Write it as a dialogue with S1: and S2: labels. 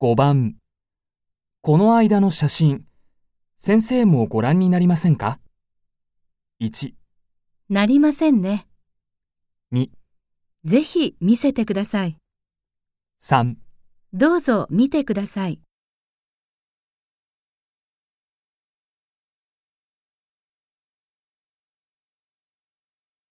S1: 5番。この間の写真、先生もご覧になりませんか ?1、
S2: なりませんね。
S1: に
S2: ぜひ見せてください。
S1: 3
S2: どうぞ見てください。